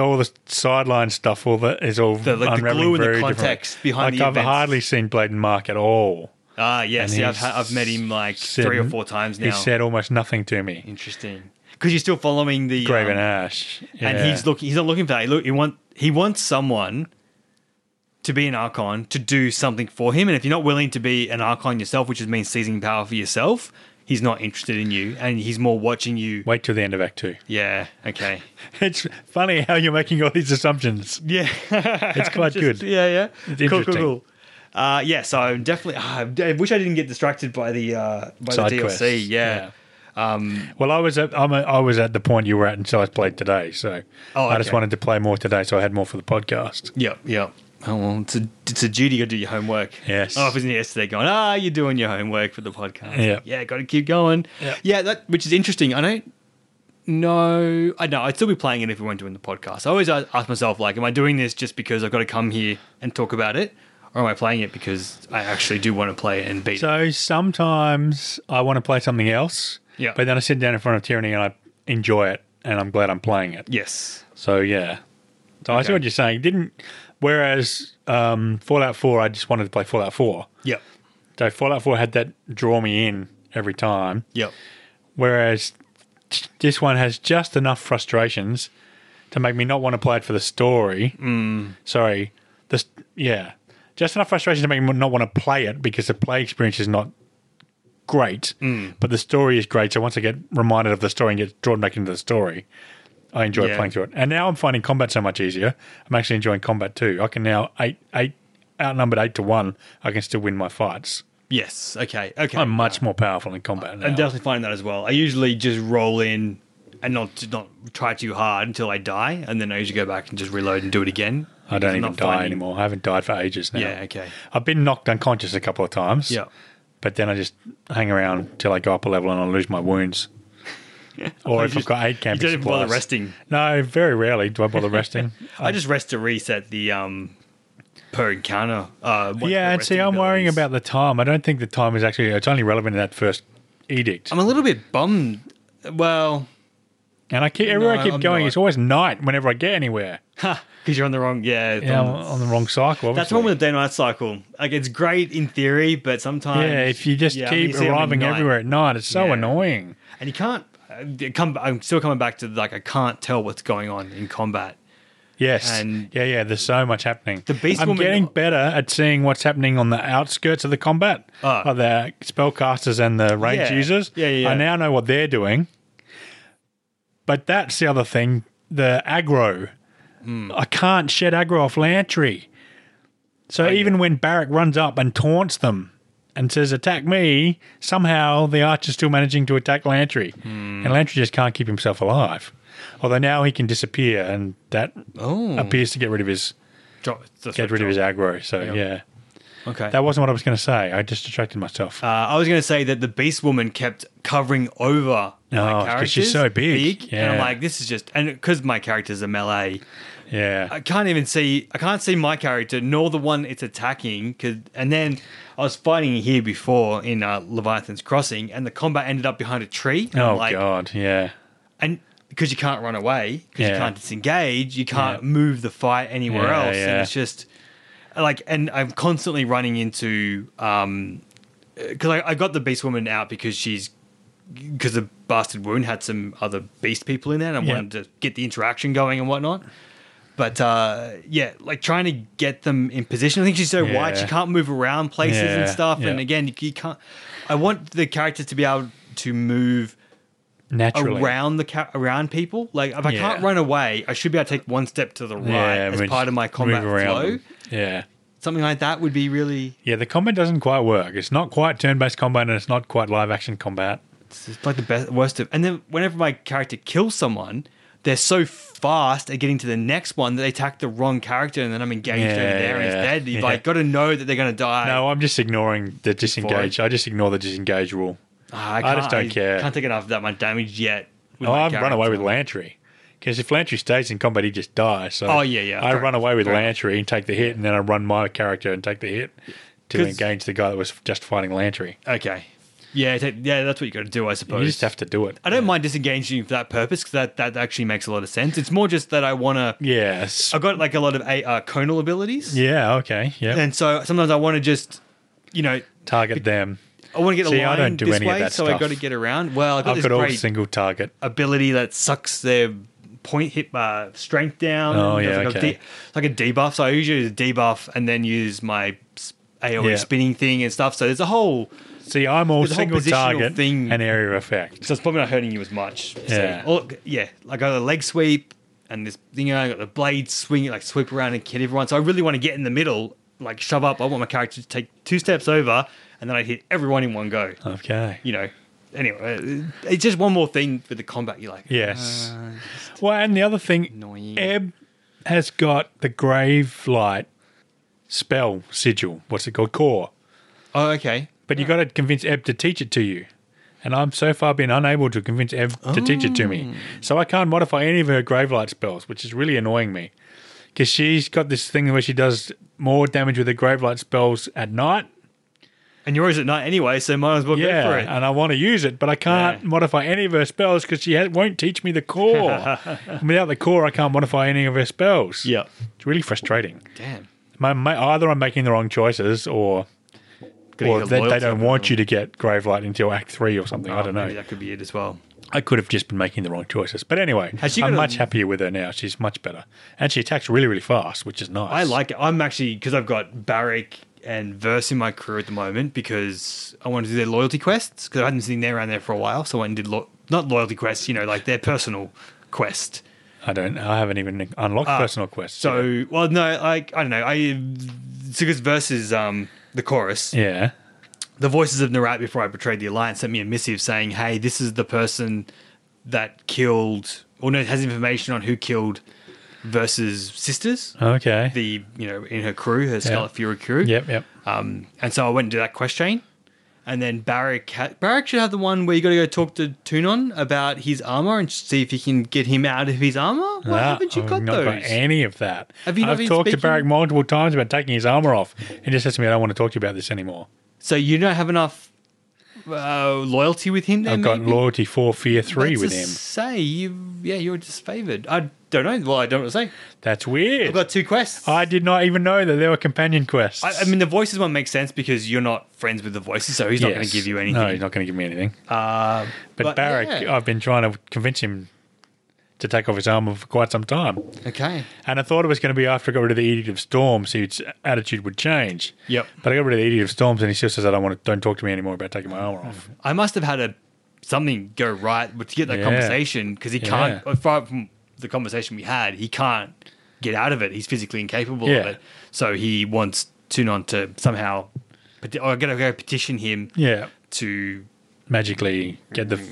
all the sideline stuff, all that is all The- like the unraveling glue and the very context differently. behind Like the I've events. hardly seen Blade and Mark at all. Ah, yes. And Yeah, I've, he's ha- I've met him like said- three or four times now. He said almost nothing to me. Interesting. Because you're still following the Graven um, Ash, and Yeah. he's looking. He's not looking for that. He look. He want. He wants someone to be an archon to do something for him. And if you're not willing to be an archon yourself, which is means seizing power for yourself, he's not interested in you, and he's more watching you. Wait till the end of Act Two. Yeah. Okay. It's funny how you're making all these assumptions. Yeah. It's quite Just- good. Yeah. Yeah. It's Cool. Cool. interesting. Cool. Uh, yeah. So I'm definitely. ah, I wish I didn't get distracted by the uh, by Side the DLC. quests. Yeah. Well, I was at I'm a, I was at the point you were at until I played today. So Oh, I just okay. wanted to play more today, so I had more for the podcast. Yeah. Yeah. Oh, well, it's a, it's a duty to do your homework. Yes. Oh, I was in here yesterday going, ah, you're doing your homework for the podcast. Yeah. Yeah, got to keep going. Yeah. Yeah, that which is interesting. I don't know. I know. I'd still be playing it if we weren't doing the podcast. I always a- ask myself, like, am I doing this just because I've got to come here and talk about it? or am I playing it because I actually do want to play it and beat it? So sometimes I want to play something else, Yeah. but then I sit down in front of Tyranny and I enjoy it, and I'm glad I'm playing it. Yes. So yeah, so I see Okay. what you're saying. Didn't whereas um, Fallout Four, I just wanted to play Fallout Four. Yep. So Fallout Four had that draw me in every time, Yep. whereas t- this one has just enough frustrations to make me not want to play it for the story. Sorry, this yeah, just enough frustrations to make me not want to play it because the play experience is not great, but the story is great. So once I get reminded of the story and get drawn back into the story, I enjoy Yeah. playing through it. And now I'm finding combat so much easier. I'm actually enjoying combat too. I can now eight eight outnumbered eight to one. I can still win my fights. Yes. Okay. Okay. I'm much more powerful in combat now. I'm definitely finding that as well. I usually just roll in and not not try too hard until I die, and then I usually go back and just reload and do it again. I don't I'm even not die finding- anymore. I haven't died for ages now. Yeah. Okay. I've been knocked unconscious a couple of times. Yeah. But then I just hang around till I go up a level and I lose my wounds. or if You I've got eight You camping don't even bother supplies. resting. No, very rarely do I bother resting. I just rest to reset the um per encounter. Uh, what the yeah, and see, resting I'm worrying abilities. about the time. I don't think the time is actually. It's only relevant in that first edict. I'm a little bit bummed. Well, and I keep everywhere No, I keep I'm going. not. It's always night whenever I get anywhere. because you're on the wrong. Yeah. it's Yeah, I'm on- on the wrong cycle. that's obviously. one with the day-night cycle. Like it's great in theory, but sometimes Yeah, if you just Yeah, I mean, keep see, I'm in arriving night. everywhere at night, it's so Yeah. annoying. and you can't I come. I'm still coming back to like I can't tell what's going on in combat. Yes. And- yeah, yeah. There's so much happening. The Beast I'm Woman- getting better at seeing what's happening on the outskirts of the combat. Ah. Like the spellcasters and the range Yeah. users. Yeah, yeah, yeah. I now know what they're doing. But that's the other thing. The aggro. Hmm. I can't shed aggro off Lantry. So Oh, even when Barrack runs up and taunts them and says, attack me, somehow the archer's still managing to attack Lantry. Hmm. And Lantry just can't keep himself alive. Although now he can disappear and that Oh, appears to get rid of his drop, that's get what rid of drop- his aggro. So yeah, Okay. that wasn't what I was going to say. I just distracted myself. uh, I was going to say that the Beast Woman kept covering over Oh, my 'cause characters. she's so big. and I'm Yeah. like, this is just and because my character's a melee, yeah, I can't even see. I can't see my character nor the one it's attacking. 'cause- and then I was fighting here before in uh, Leviathan's Crossing, and the combat ended up behind a tree. And I'm oh like, god, yeah, and because you can't run away, because you Yeah. can't disengage, you can't Yeah. move the fight anywhere Yeah, else, and yeah. it's just like, and I'm constantly running into um, because I, I got the Beast Woman out because she's because the bastard wound had some other beast people in there, and I Yeah. wanted to get the interaction going and whatnot. But uh, yeah, like trying to get them in position. I think she's so wide, she Yeah. can't move around places and Yeah, stuff. And yeah. again, you, you can't. I want the characters to be able to move naturally. around the ca- around people. Like if I Yeah. can't run away, I should be able to take one step to the right yeah, as we part of my just combat move around flow. them. Yeah, Something like that would be really yeah. The combat doesn't quite work. It's not quite turn-based combat, and it's not quite live-action combat. it's just like the best worst of. And then whenever my character kills someone, they're so fast at getting to the next one that they attack the wrong character, and then I'm engaged over Yeah, there yeah, instead. You've yeah. like got to know that they're going to die. No, I'm just ignoring the disengage. I just ignore the disengage rule. Ah, I can't- just don't care. Can't take enough that much damage yet. with Oh, my I've run away character. with Lantry. Because if Lantry stays in combat, he just dies. So Oh, yeah, yeah. I Fair run enough, away with fair enough. Lantry and take the hit, and then I run my character and take the hit to 'Cause- engage the guy that was just fighting Lantry. Okay, yeah, take- yeah, that's what you got to do, I suppose. You just have to do it. I don't mind disengaging for that purpose because that, that actually makes a lot of sense. It's more just that I want to. Yes. I've got like a lot of a, uh, conal abilities, Yeah. Okay. Yeah. and so sometimes I want to just, you know, target them. I want to get See, I aligned don't do this any of way, that so I stuff. got to get around. Well, I've got I've this got all great single target. ability that sucks their point hit uh, strength down. Oh, and does yeah, like A okay. de- like a debuff. So I usually use debuff and then use my s- AOE Yeah. spinning thing and stuff. So there's a whole. See, I'm all There's a whole single positional target thing. and area of effect. So it's probably not hurting you as much. Yeah. So, or, yeah. Like I got a leg sweep and this, you know, I got the blade swing, like sweep around and hit everyone. So I really want to get in the middle, like shove up. I want my character to take two steps over and then I hit everyone in one go. Okay. You know, anyway, uh, it's just one more thing for the combat. You're like, Yes. uh, Well, and the other thing, Annoying. Eb has got the Grave Light spell sigil. What's it called? Core. oh, okay. But you got to convince Eb to teach it to you. And I'm so far been unable to convince Eb to teach it to me. So I can't modify any of her Gravelight spells, which is really annoying me. Because she's got this thing where she does more damage with the Gravelight spells at night. And yours at night anyway, so might as well Yeah, uh, go Oh, for it. and I want to use it, but I can't Yeah. modify any of her spells because she ha- won't teach me the core. Without the core, I can't modify any of her spells. yeah. It's really frustrating. Damn. My, my, either I'm making the wrong choices or, Could or either they, they loyalty don't or- want you to get Gravelight until Act 3 or something. I don't know. Maybe that could be it as well. I could have just been making the wrong choices. But anyway, Has she got I'm a- much happier with her now. She's much better. And she attacks really, really fast, which is nice. I like it. I'm actually because I've got Barrick and Verse in my crew at the moment because I want to do their loyalty quests because I hadn't seen there around there for a while. So I went and did lo- not loyalty quests, you know, like their personal quest. I don't. I haven't even unlocked Ah, personal quests. So yet. well, no, like I don't know. I so because Verse is um the chorus. yeah, The voices of Narat before I betrayed the alliance sent me a missive saying, "Hey, this is the person that killed or no has information on who killed Verse's sisters." okay. The you know in her crew, her Scarlet Fury crew. yep, yep. Um, and so I went and did that quest chain. And then Barrack, ha- Barrack should have the one where you got to go talk to Tunon about his armor and see if you can get him out of his armor. Why Nah, haven't you Ah, I've got not those? any of that? Have you not I've been talked to speaking- Barrack multiple times about taking his armor off. He just says to me, "I don't want to talk to you about this anymore." so you don't have enough uh, loyalty with him. Then I've got maybe? loyalty four, fear three That's with to him. Say you, yeah, you're disfavored. I don't know. Well, I don't know what to say. That's I've weird. got two quests. I did not even know that there were companion quests. I, I mean, the voices one makes sense because you're not friends with the voices, so he's not going Yes. to give you anything. No, he's not going to give me anything. Uh, But, Barrack, yeah. I've been trying to convince him to take off his armor for quite some time. okay. And I thought it was going to be after I got rid of the Edict of Storms, his attitude would change. Yep. But I got rid of the Edict of Storms, and he still says, "I don't want to. Don't talk to me anymore about taking my armor off." I must have had a something go right with- to get that Yeah. conversation because he can't. Yeah. Apart from the conversation we had, he can't get out of it. He's physically incapable of Yeah. it. So he wants Tunon to somehow. peti- oh, I'm gonna go petition him Yeah. to. Magically get the f-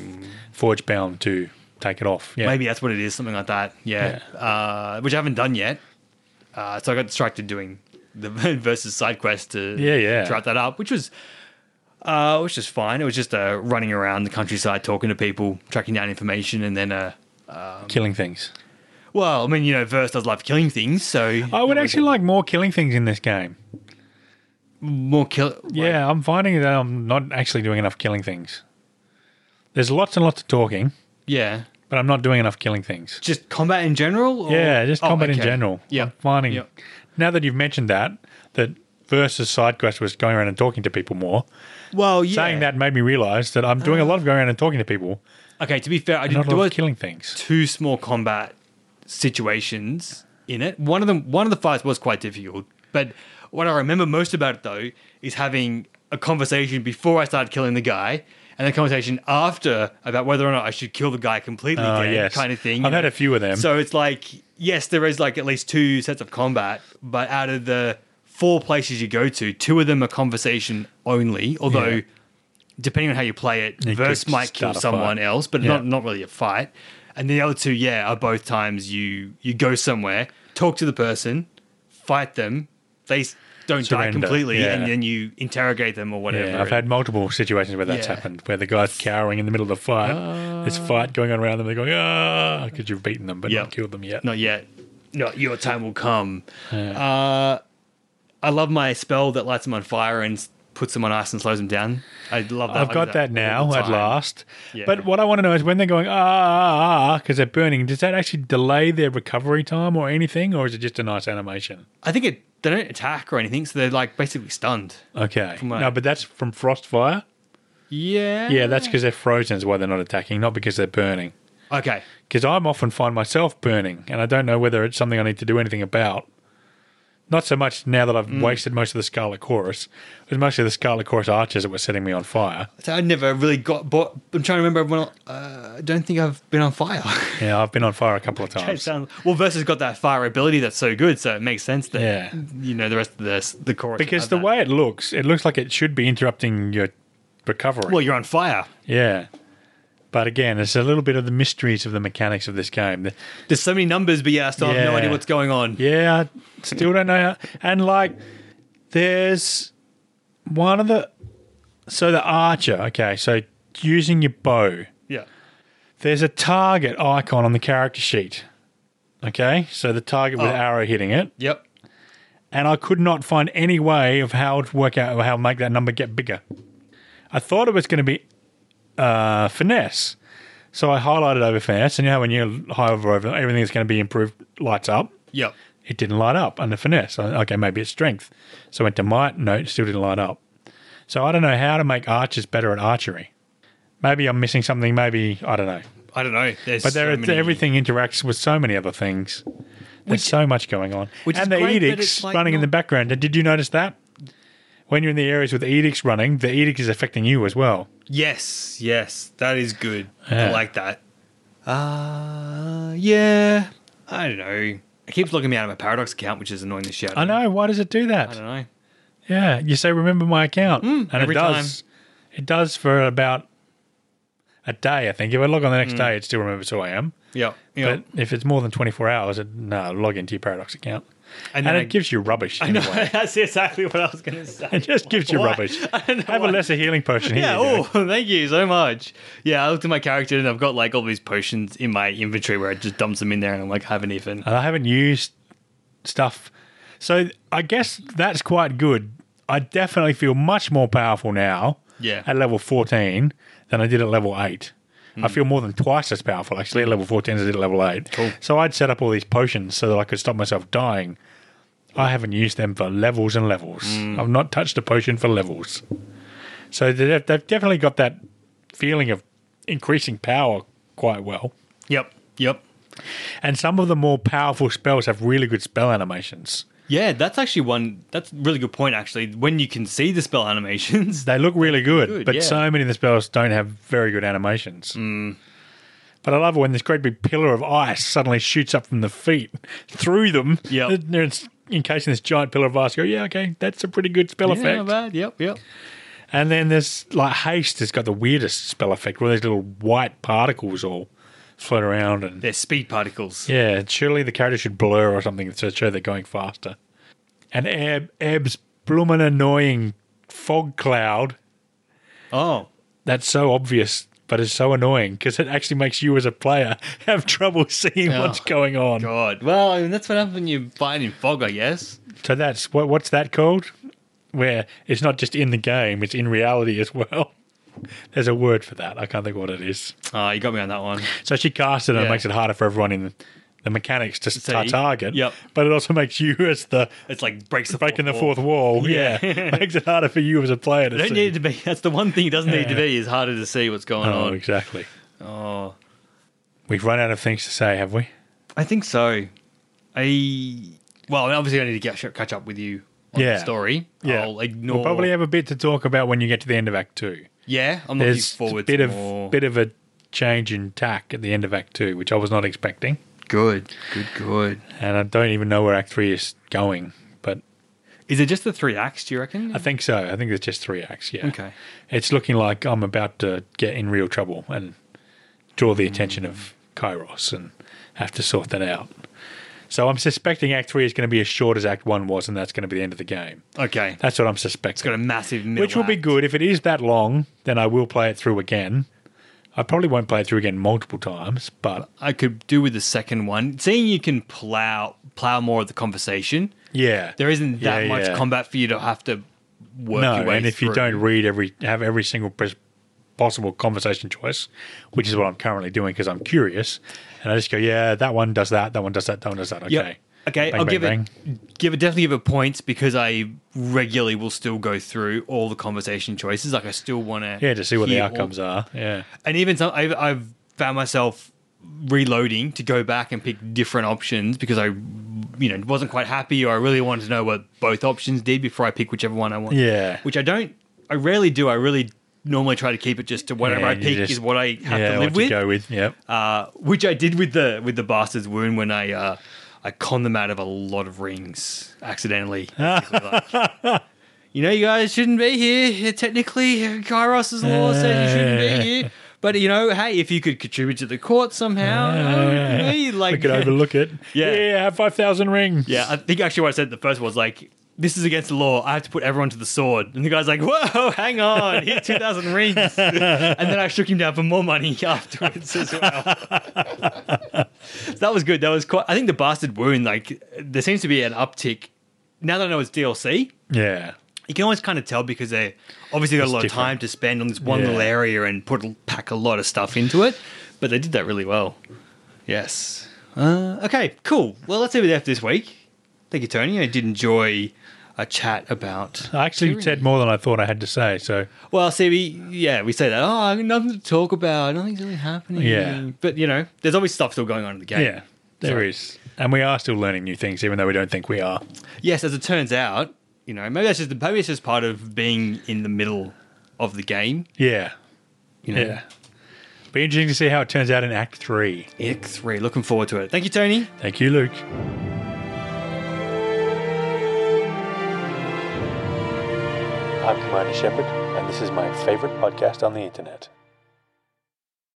forge bound to take it off. Yeah. Maybe that's what it is, something like that. Yeah, Uh, which I haven't done yet. Uh, so I got distracted doing the versus side quest to Yeah, yeah. to wrap that up, which was. Uh, which is fine. It was just uh, running around the countryside, talking to people, tracking down information, and then uh, killing things. Well, I mean, you know, Verse does love killing things, so I would actually like more killing things in this game. more kill. Yeah, I'm finding that I'm not actually doing enough killing things. There's lots and lots of talking, yeah, but I'm not doing enough killing things. just combat in general. Or? Yeah, just Oh, combat in okay. general. Yeah, I'm finding Yeah. now that you've mentioned that that versus side quest was going around and talking to people more. Well, yeah. Uh. Saying that made me realise that I'm doing a lot of going around and talking to people, okay. To be fair, I not did, a there lot were of killing things. two small combat situations in it. One of them, one of the fights was quite difficult, but what I remember most about it though is having a conversation before I started killing the guy. And the conversation after about whether or not I should kill the guy completely, Oh, dead, yes. kind of thing. you I've had know. a few of them. So it's like, yes, there is like at least two sets of combat, but out of the four places you go to, two of them are conversation only. Although, Yeah. depending on how you play it, You verse could might kill start a someone fight. else, but Yeah. not not really a fight. And the other two, yeah, are both times you you go somewhere, talk to the person, fight them, they s- don't die Surrender, completely, yeah. and then you interrogate them or whatever. yeah, I've had multiple situations where that's Yeah. happened, where the guy's cowering in the middle of the fight. There's fight going on around them. They're going, ah, because you've beaten them, but Yeah. not killed them yet. not yet. Not your time will come. Yeah. Uh, I love my spell that lights them on fire and s- puts them on ice and slows them down. I love that. I've I do got that all now the at time. last. Yeah. But what I want to know is when they're going, ah, ah, ah, because they're burning, does that actually delay their recovery time or anything, or is it just a nice animation? I think it. They don't attack or anything, so they're like basically stunned. Okay. my- No, but that's from Frostfire. Yeah. Yeah, that's because they're frozen, is why they're not attacking, not because they're burning. okay. Because I'm often find myself burning, and I don't know whether it's something I need to do anything about. Not so much now that I've wasted most of the Scarlet Chorus. It was mostly the Scarlet Chorus archers that were setting me on fire. So I never really got. Bought, I'm trying to remember. Everyone. Uh, I don't think I've been on fire. Yeah, I've been on fire a couple of It times. sounds- well, versus got that fire ability that's so good, so it makes sense that Yeah. you know the rest of the the chorus Because have the that. way it looks, it looks like it should be interrupting your recovery. well you're on fire. yeah. But again, it's a little bit of the mysteries of the mechanics of this game. The- There's so many numbers, but yeah, I still have no Yeah. idea what's going on. Yeah, I still don't know. How, and like, there's one of the so the archer. Okay, so using your bow, yeah. there's a target icon on the character sheet. Okay, so the target with Oh. arrow hitting it, Yep. and I could not find any way of how to work out how to make that number get bigger. I thought it was going to be uh, finesse, so I highlighted over finesse, and you know when you hover over everything that's going to be improved lights up. Yep. It didn't light up under finesse. I- Okay, maybe it's strength. So I went to might. No, it still didn't light up. So I don't know how to make archers better at archery. Maybe I'm missing something. Maybe I don't know. I don't know. There's But there, so are many- everything interacts with so many other things. There's so much going on. which is and the great, but edicts it's like running in the not- background. And Did you notice that? When you're in the areas with the edicts running, the edict is affecting you as well. Yes, yes, that is good. Yeah. I like that. Uh, yeah. I don't know. It keeps logging me out of my Paradox account, which is annoying the shit. out I of me. know. Why does it do I that? don't know. Mm. Yeah. You say, remember my account. and every it does. It does for about a day, I think. If I log on the next day, it still remembers who I am. Yeah. Mm. yeah. But if it's more than 24 hours, it, no, log into your Paradox account. And, then it I- gives you rubbish I know. anyway. That's exactly what I was going to say. It just gives you Why? rubbish. I don't know Have why. a lesser healing potion here. Yeah, you know. oh, thank you so much. Yeah, I looked at my character and I've got like all these potions in my inventory where I just dumps them in there and I'm like, I haven't even. and I haven't used stuff. So I guess that's quite good. I definitely feel much more powerful now Yeah. at level 14 than I did at level 8. Hmm. I feel more than twice as powerful actually at level 14 as I did at level 8. Cool. So I'd set up all these potions so that I could stop myself dying. I haven't used them for levels and levels. Hmm. I've not touched a potion for levels. So they- they've definitely got that feeling of increasing power quite well. Yep, yep. And some of the more powerful spells have really good spell animations. Yeah, that's actually one. That's a really good point, actually. When you can see the spell animations, They look really good, Good, but yeah. Mm. so many of the spells don't have very good animations. But I love it when this great big pillar of ice suddenly shoots up from the feet through them. Yep. And they're in- encasing this giant pillar of ice. Go, yeah, okay, that's a pretty good spell yeah, not effect. bad. Yep, yep. And then there's like haste has got the weirdest spell effect where these little white particles all float around and They're speed particles. Yeah, surely the character should blur or something to show they're going faster. And Ab, Ab's bloomin' annoying fog cloud. Oh, That's so obvious, but it's so annoying because it actually makes you as a player have trouble seeing what's going on. Oh, God. Well, I mean, that's what happens when you fight in fog, I guess. So that's what what's that called? Where it's not just in the game, it's in reality as well. There's a word for that. I can't think what it is. Ah, you got me on that one. So she casts it and it Yeah. makes it harder for everyone in the mechanics to See? target. Yep. But it also makes you as the It's like breaks the breaking the wall. fourth wall. Yeah, makes it harder for you as a player to You don't see. need it to be. That's the one thing it doesn't need to be is harder to see what's going oh, on. exactly. Oh, We've run out of things to say, have we? I think so. I well, obviously I need to get, catch up with you on Yeah. the story. Yeah. I'll ignore. We'll probably have a bit to talk about when you get to the end of Act Two. yeah, I'm looking There's a forward bit to of more. bit of a change in tack at the end of Act Two, which I was not expecting, good, good, good. and I don't even know where Act Three is going. But Is it just the three acts? Do you reckon? I think so. I think there's just three acts. Yeah. Okay. It's looking like I'm about to get in real trouble and draw the attention of Kairos and have to sort that out. So I'm suspecting Act 3 is going to be as short as Act 1 was, and that's going to be the end of the game. okay, That's what I'm it's got a suspecting. massive middle Which will be act. good. If it is that long, then I will play it through again. I probably won't play it through again multiple times, but I could do with the second one. Seeing you can plow plow more of the conversation. yeah. There isn't that Yeah, much yeah. combat for you to have to work No, your way and if you through. don't read every, have every single pres- possible conversation choice, which is what I'm currently doing because I'm curious, and I just go, yeah, that one does that, that one does that, that one does that. Okay, Yep. Okay, Bang, I'll bang, give bang. it give it definitely give it points because I regularly will still go through all the conversation choices. Like I still want to yeah, to see what the outcomes are. Yeah, and even some I've, I've found myself reloading to go back and pick different options because I you know wasn't quite happy or I really wanted to know what both options did before I pick whichever one I want. Yeah. which I don't. I rarely do. I really normally try to keep it just to whatever Yeah, I you pick just- is what I have yeah, to what live with. go with. Yep. uh, which I did with the with the bastard's wound when I uh, I conned them out of a lot of rings accidentally. you know, you guys shouldn't be here. Technically, Kairos' law said you shouldn't be here. But you know, hey, if you could contribute to the court somehow, uh, hey, we like could overlook it. Yeah. yeah, have five thousand rings. yeah, I think actually what I said the first was like. This is against the law. I have to put everyone to the sword. And the guy's like, whoa, hang on. Here's 2,000 rings. and then I shook him down for more money afterwards as well. So that was good. That was quite. I think the bastard wound, like, there seems to be an uptick now that I know it's DLC, Yeah. you can always kind of tell because they obviously got a lot of different. time to spend on this one Yeah. little area and put pack a lot of stuff into it. But they did that really well. Yes. Uh, okay, cool. Well, let's leave it there for this week. Thank you, Tony. I did enjoy a chat about. I actually said more than I thought I had to say. So Well, see, we, yeah, we say that. Oh, I've got nothing to talk about. Nothing's really happening. Yeah. But, you know, there's always stuff still going on in the game. yeah, there Sorry. is, and we are still learning new things, even though we don't think we are. yes, as it turns out, you know, maybe that's just maybe it's just part of being in the middle of the game. Yeah, You know, yeah. Be interesting to see how it turns out in Act Three. X three. Looking forward to it. Thank you, Tony. Thank you, Luke. I'm Commander Shepard, and this is my favorite podcast on the internet.